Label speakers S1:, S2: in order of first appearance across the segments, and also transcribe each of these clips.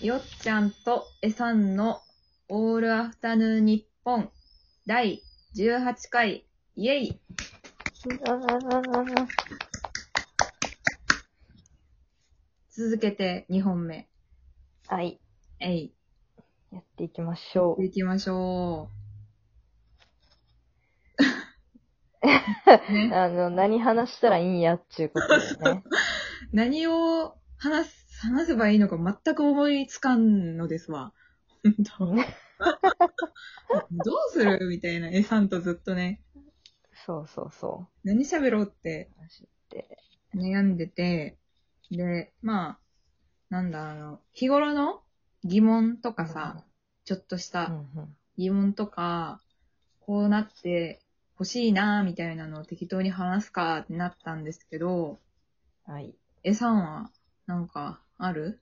S1: よっちゃんとえさんのオールアフタヌーン日本第18回イエイ続けて2本目。
S2: はい。
S1: えい。
S2: やっていきましょう。
S1: 行きましょう。ね
S2: あの、何話したらいいんやっちゅうことで すね。
S1: 何を話す、話せばいいのか全く思いつかんのですわ。本当 どうするみたいな、えさんとずっとね、
S2: そうそうそ
S1: 何喋ろうって
S2: う。話って。
S1: 悩んでて、で、まあ、なんだ、あの、日頃の疑問とかさ、ちょっとし
S2: うん
S1: た
S2: うん
S1: 疑問とか、こうなって欲しいな、みたいなのを適当に話すかってなったんですけど、
S2: はい。
S1: えさんは、なんか、ある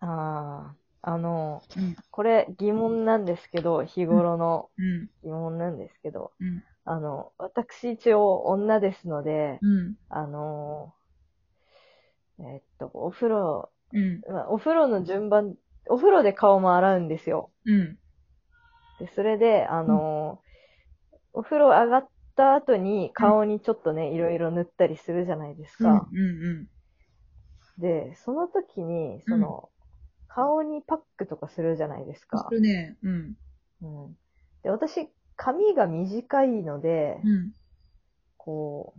S2: ああ、あの、
S1: うん。
S2: これ疑問なんですけど、日頃の
S1: うん。
S2: 疑問なんですけど、
S1: うん
S2: あの、私一応女ですので、
S1: うん。
S2: あの、えっと、お風呂、
S1: うん。
S2: まあお風呂の順番、お風呂で顔も洗うんですよ。
S1: うん。
S2: で、それで、あのーお風呂上がった後に顔にちょっとね、いろいろ塗ったりするじゃないです
S1: うん。うん
S2: か。。
S1: うん。
S2: で、その時に、その、顔にパックとかするじゃないですか
S1: す。るね。うん。
S2: うん。で、私、髪が短いので、
S1: うん。
S2: こ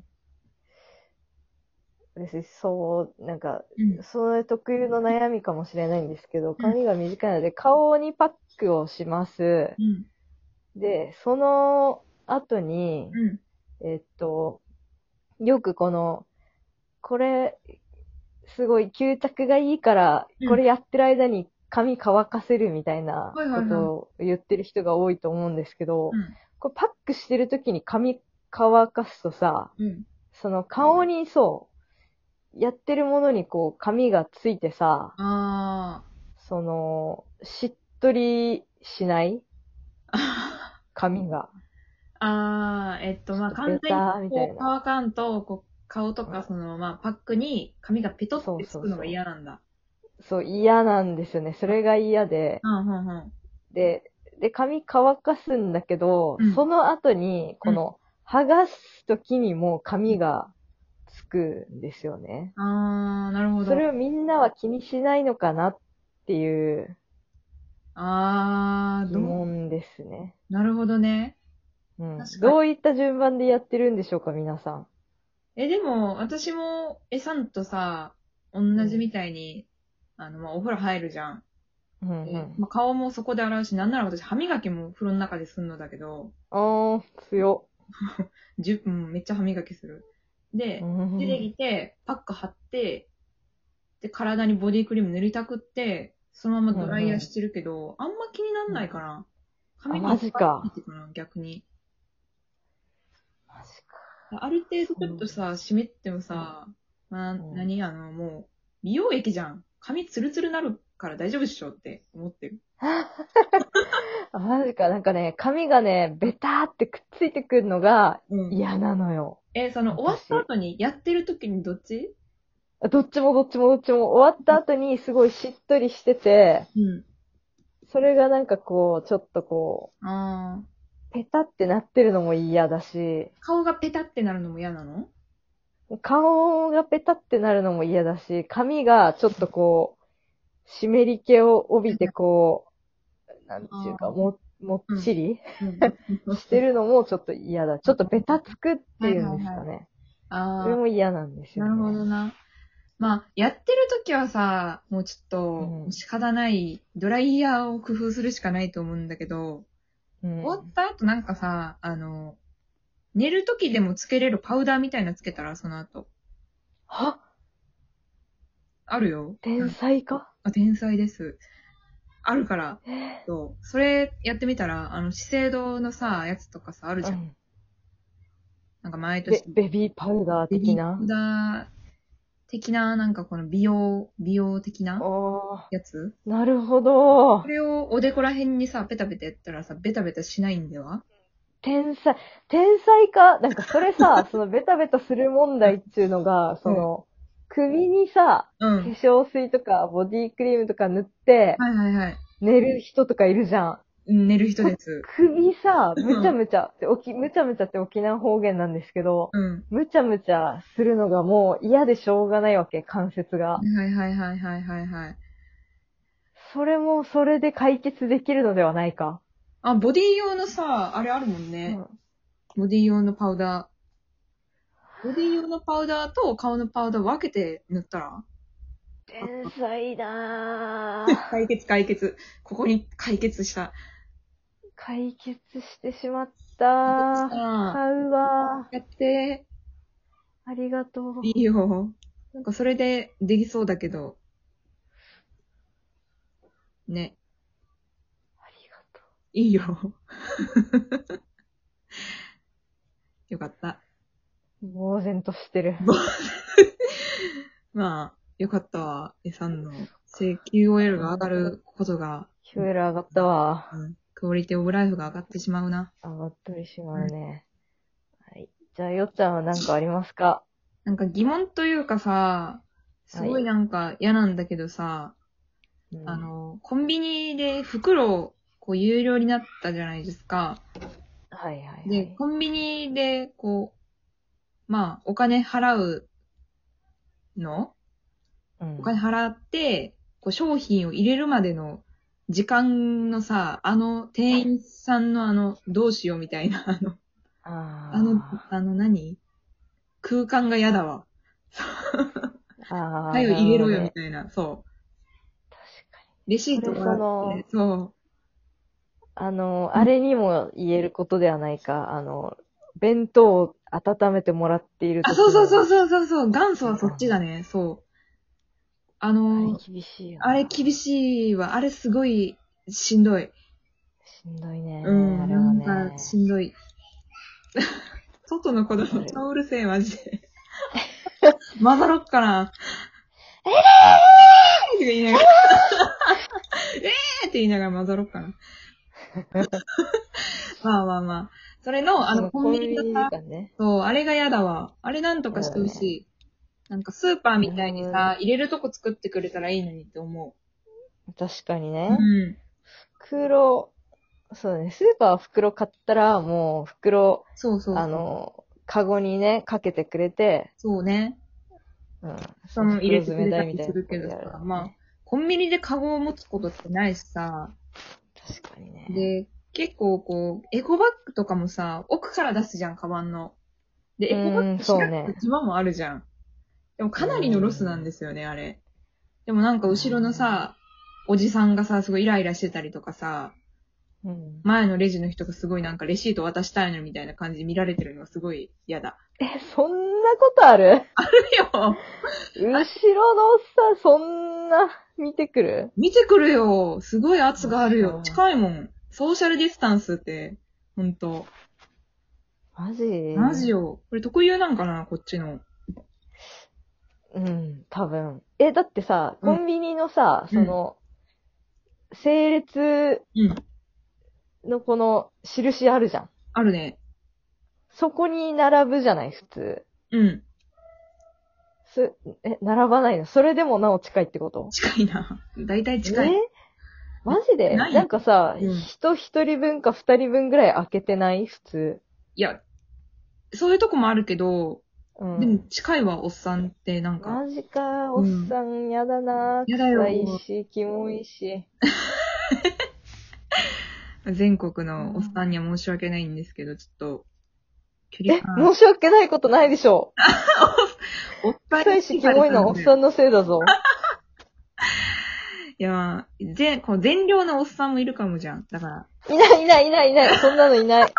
S2: う、別にそう、なんか、
S1: うん。
S2: それ特有の悩みかもしれないんですけど、髪が短いので、顔にパックをします。
S1: うん。
S2: で、その後に、
S1: うん。
S2: えっと、よくこの、これ、すごい吸着がいいから
S1: うん、
S2: これやってる間に髪乾かせるみたいな
S1: はいはいはい
S2: ことを言ってる人が多いと思うんですけど
S1: う、ん。
S2: これパックしてる時に髪乾かすとさ、
S1: うん。
S2: その顔にそう、やってるものにこう髪がついてさ、
S1: あ
S2: その、しっとりしない
S1: ー。
S2: 髪が。
S1: あー、えっと、まあ、
S2: ちょっと
S1: 完
S2: ベター
S1: 全に
S2: みたい
S1: こ
S2: な
S1: う乾かんと、こう、顔とか、その、まあ、パックに髪がペト
S2: そ
S1: って
S2: う
S1: つ
S2: そうそ
S1: く
S2: う
S1: のが嫌なんだ。
S2: そう、嫌なんですよね。それが嫌で。
S1: うん、うん、うん。
S2: で、で、髪乾かすんだけど、
S1: うん
S2: その後に、この、剥がすときにもう髪がつくんですよね。
S1: あー、なるほど。
S2: それをみんなは気にしないのかなっていう
S1: あー、
S2: 疑
S1: どう、
S2: 問ですね。
S1: なるほどね。
S2: うん
S1: 確かに。
S2: どういった順番でやってるんでしょうか、皆さん。
S1: え、でも、私も、えさんとさ、同じみたいに、あの、まあ、お風呂入るじゃん。
S2: うんう
S1: で
S2: ん。
S1: まあ、顔もそこで洗うし、なんなら私、歯磨きもお風呂の中ですんのだけど、
S2: あー、強。
S1: 10分めっちゃ歯磨きする。で、
S2: うん
S1: 出てきて、パック貼って、で、体にボディクリーム塗りたくって、そのままドライヤーしてるけど、あんま気になんないかな。髪の
S2: あマジか
S1: パッてかな、逆に。
S2: マジか
S1: ある程度ちょっとさ、湿ってもさ、まあ、
S2: うん
S1: 何あの、もう、美容液じゃん。髪ツルツルなるから大丈夫っしょって思ってる。
S2: あマジか。なんかね、髪がね、ベターってくっついてくるのが
S1: うん。
S2: 嫌なのよ。
S1: え、その、終わった後に、やってる時にどっち
S2: どっちもどっちもどっちも終わった後にすごいしっとりしてて、
S1: う
S2: それがなんかこう、ちょっとこ
S1: ん。ああ。
S2: う、ペタってなってるのも嫌だし、
S1: 顔がペタってなるのも嫌なの
S2: 顔がペタってなるのも嫌だし、髪がちょっとこう、湿り気を帯びてこう、なんていう
S1: あ
S2: か、
S1: ー
S2: も、もっちり、
S1: うん
S2: してるのもちょっと嫌だ。ちょっとベタつくっていうんですかね。
S1: ああ。
S2: それも嫌なんですよ、
S1: な
S2: ね。
S1: るほどな。まあ、やってる時はさ、もうちょっと、
S2: うん
S1: 仕方ない、ドライヤーを工夫するしかないと思うんだけど、
S2: うん。
S1: 終わった後なんかさ、あの、寝る時でもつけれるパウダーみたいなつけたら、その後。
S2: は
S1: あるよ。
S2: 天才か
S1: あ、天才です。あるから、
S2: えー
S1: そうそれやってみたら、あの、資生堂のさ、やつとかさ、あるじ
S2: う
S1: ゃん。
S2: ん
S1: なんか毎
S2: で
S1: 年、
S2: ベビーパウダー
S1: ベビ
S2: 的
S1: ーパ
S2: な
S1: ウ。ダー的な、なんかこの美容、美容的な
S2: おー、
S1: やつ
S2: なるほど
S1: こ。れをおでこら辺にさ、ペタペタやったらさ、ベタベタしないんでは
S2: 天才、 天才か。なんかそれさ、そのベタベタする問題っていうのが、その、首にさ、
S1: う
S2: 化
S1: ん。
S2: 粧水とかボディクリームとか塗って、
S1: はいはいはい。
S2: 寝る人とかいるじゃん。
S1: うん寝る人です。
S2: 首さ、
S1: うん
S2: むちゃむちゃって、沖、むちゃむちゃって沖縄方言なんですけど、
S1: うん。
S2: むちゃむちゃするのがもう嫌でしょうがないわけ、関節が。
S1: はいはいはいはいはいはい。
S2: それもそれで解決できるのではないか。
S1: あ、ボディ用のさ、あれあるもん
S2: う
S1: ね。
S2: ん
S1: ボディ用のパウダー。ボディ用のパウダーと顔のパウダー分けて塗ったら。
S2: 天才だー
S1: 解決解決。ここに解決した。
S2: 解決してしまったー。買うわ
S1: やって、
S2: ー。ありがとう。
S1: いいよ。なんかそれでできそうだけど。ね、
S2: ありがと
S1: いいよ。 よかった。
S2: う。呆然としてる。
S1: まあ、よかったわ。えさんの QOL が上がることが、
S2: キュエル上がったわ
S1: うんクオリティオブライフが上がってしまうな。
S2: ー。上がったりしまうね。はい。じゃあ、よっちゃんは何かありますか
S1: なんか疑問というかさ、すごいなんか嫌なんだけどさ、
S2: うん
S1: あの、コンビニで袋、こう、有料になったじゃないですか。
S2: はいはいは
S1: で、
S2: い。
S1: コンビニで、こう、まあ、お金払うの
S2: うん
S1: お金払って、こう、商品を入れるまでの時間のさ、あの、店員さんのあの、どうしようみたいな、あの、
S2: あー
S1: あの、あの何空間が嫌だわ。
S2: あー
S1: はよ入れろよ、
S2: なるほど
S1: み
S2: ね
S1: たいな、そう。
S2: 確かに。
S1: レシートもらって、そ
S2: あの、あれにも言えることではないか。あの、弁当を温めてもらってい
S1: う。
S2: る
S1: あ、
S2: 時
S1: そうそうそう
S2: う。
S1: そうそうそう、元祖はそっちだね、そう。あの、
S2: あれ厳しいよな。
S1: あれ厳しいわ、あれすごいしんどい。
S2: しんどいね。
S1: うん、
S2: あれはね。
S1: なんかしんど い。外の子供超うるせえ、マジ で。混ざろっかな。ええーって言いな がら。ええーって言いながら混ざろっ かな。まあまあまあ。それの、あの、コンビニのさ、
S2: がね。
S1: そう、あれが嫌だわ。あれなんとかしてほしい。なんかスーパーみたいにさ、入れるとこ作ってくれたらいいのにって思
S2: 確かに
S1: う。
S2: ね。
S1: うん。
S2: 袋、そうね。スーパーは袋買ったら、もう袋、
S1: そうそう。
S2: あ、の、カゴにね、かけてくれて、
S1: そうね。
S2: うん。
S1: その入れてく
S2: 袋詰
S1: れ
S2: め
S1: た
S2: 台み
S1: り
S2: たい
S1: す
S2: な
S1: る
S2: とこ
S1: け
S2: で
S1: ど
S2: やる
S1: さ
S2: の、ね
S1: まあ、コンビニでカゴを持つことってないしさ、
S2: 確かにね。
S1: で、結構こう、エコバッグとかもさ、奥から出すじゃん、カバンの。で、エコバッグ
S2: うん
S1: 開
S2: そうね
S1: く島もあるじゃん。でもかなりのロスなんですよね、あれ。でもなんか後ろのさ、おじさんがさ、すごいイライラしてたりとかさ、
S2: うん、
S1: 前のレジの人がすごいなんかレシート渡したいのみたいな感じで見られてるのがすごい嫌だ。
S2: え、そんなことある
S1: よ
S2: 後ろのさ、そんな、見てくる
S1: 見てくるよ。すごい圧がある
S2: そ
S1: よ
S2: う。
S1: 近いもん。ソーシャルディスタンスって、ほんと。
S2: マジ
S1: マジよ。これ特有なんかな、こっちの。
S2: うん、多分。え、だってさ、
S1: うん
S2: コンビニのさ、その、整列
S1: うん。
S2: のこの印あるじゃん。
S1: あるね。
S2: そこに並ぶじゃない、普通。
S1: うん。
S2: す、え、並ばないのそれでもなお近いってこと
S1: 近いな。だいたい近い。
S2: えマジで
S1: ない
S2: なんかさ、
S1: うん
S2: 人一人分か二人分ぐらい開けてない普通。
S1: いや、そういうとこもあるけど、
S2: う
S1: でも
S2: ん。
S1: 近いわ、おっさんって、なんか。
S2: マジか、
S1: う
S2: おっ
S1: ん
S2: さん、やだな
S1: やだよ
S2: 臭いし、キモいし。
S1: 全国のおっさんには申し訳ないんですけど、ちょっと、距離
S2: え、
S1: 感。
S2: 申し訳ないことないでしょ
S1: おっぱい
S2: 臭いし、キモいのはおっさ
S1: ん。
S2: んのせいだぞ。
S1: いや、全、こう全量のおっさんもいるかもじゃん。だから、
S2: いないいないいないいない。そんなのいない。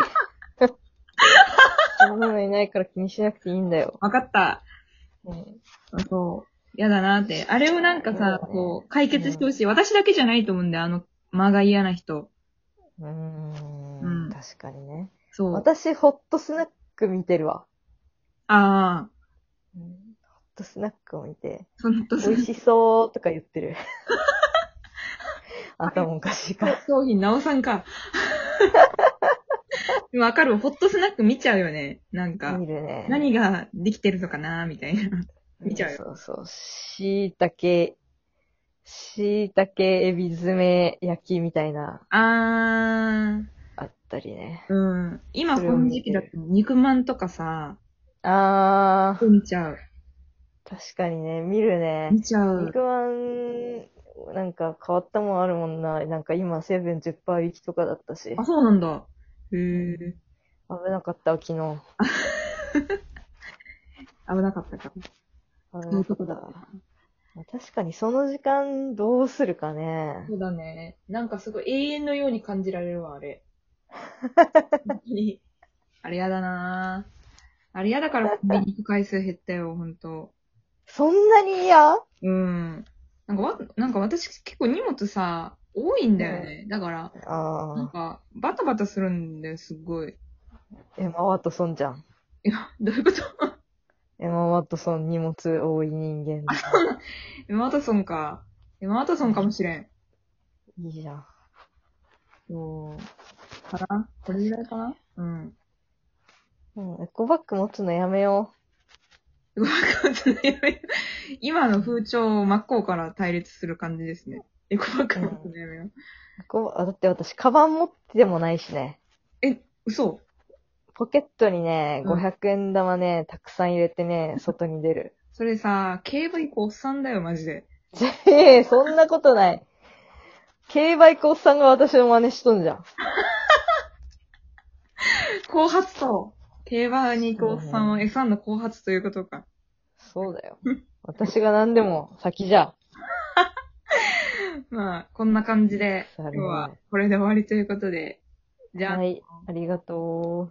S2: そんなのいないから気にしなくていいんだよ。
S1: わかった。
S2: うん
S1: そう。嫌だなって。あれをなんか
S2: そうだ
S1: さ、
S2: ね
S1: こう、解決してほしい。私だけじゃないと思うんだよ、あの、間が嫌な人。
S2: うーん
S1: うん
S2: 確かにね。
S1: そう。
S2: 私、ホットスナック見てるわ。
S1: ああ、
S2: ホットスナックを見て、
S1: そのと、
S2: 美味しそうとか言っ てる。頭おかしいから。
S1: 商品直さんか。 でもわかる。ホットスナック見ちゃうよね。なんか
S2: 見、るね。
S1: 何ができてるのかな、みたいな。見ちゃうよ
S2: そうそう。しいたけ、しいたけエビ詰め焼きみたいな、
S1: あー、
S2: あったりね。
S1: うん。今
S2: そ
S1: こ
S2: れを
S1: の
S2: 見
S1: 時
S2: て
S1: 期
S2: る
S1: だと肉まんとかさ、
S2: あー、
S1: 見ちゃう。
S2: 確かにね、見るね。
S1: 見ちゃう。
S2: 肉まん、なんか変わったもんあるもんな。なんか今、セブン10%引きとかだったし
S1: あ、、そうなんだ。へえ。
S2: 危なかったわ、昨日。
S1: 危なかったか。
S2: 危
S1: そうい
S2: な
S1: う
S2: か
S1: とこ
S2: った
S1: だ。
S2: わ。確かにその時間どうするかね。
S1: そうだね。なんかすごい永遠のように感じられるわ、あれ。本当に。あれやだなぁ。あれやだからコンビニ行く回数減ったよ、ほんと。
S2: そんなに嫌
S1: うん。なんかわ、なんか私結構荷物さ、多いんだよね。だから、なん
S2: あ
S1: か、バタバタするんだよ、すっごい。
S2: ー、エマ・ワトソンじゃん。
S1: いや、どういうこと
S2: エマ・ワトソン荷物多い人間だ。
S1: エマ・ワトソンか。エマ・ワトソンかもしれん。
S2: いいじゃん。
S1: そう。かなこれぐらいかなうん。
S2: うん、エコバッグ持つのやめよ
S1: うわかんない 今の風潮真っ向から対立する感じですね。エコバッグ持つのやめよう。
S2: う。エコあだって私、カバン持ってもないしね。
S1: 嘘
S2: ポケットにね、
S1: うん
S2: 500円玉ね、たくさん入れてね、外に出る。
S1: それさ、競馬行くおっさんだよ、マジで。
S2: ええ、そんなことない。競馬行くおっさんが私の真似しとんじゃん。
S1: 後発と、競馬に行くおっさんは F1 の後発ということか。
S2: そ うだよ。私が何でも先じゃ。
S1: まあ、こんな感じで、今
S2: なる
S1: 日
S2: ほど
S1: はこれで終わりということで。じゃあ、
S2: はい、ありがとう。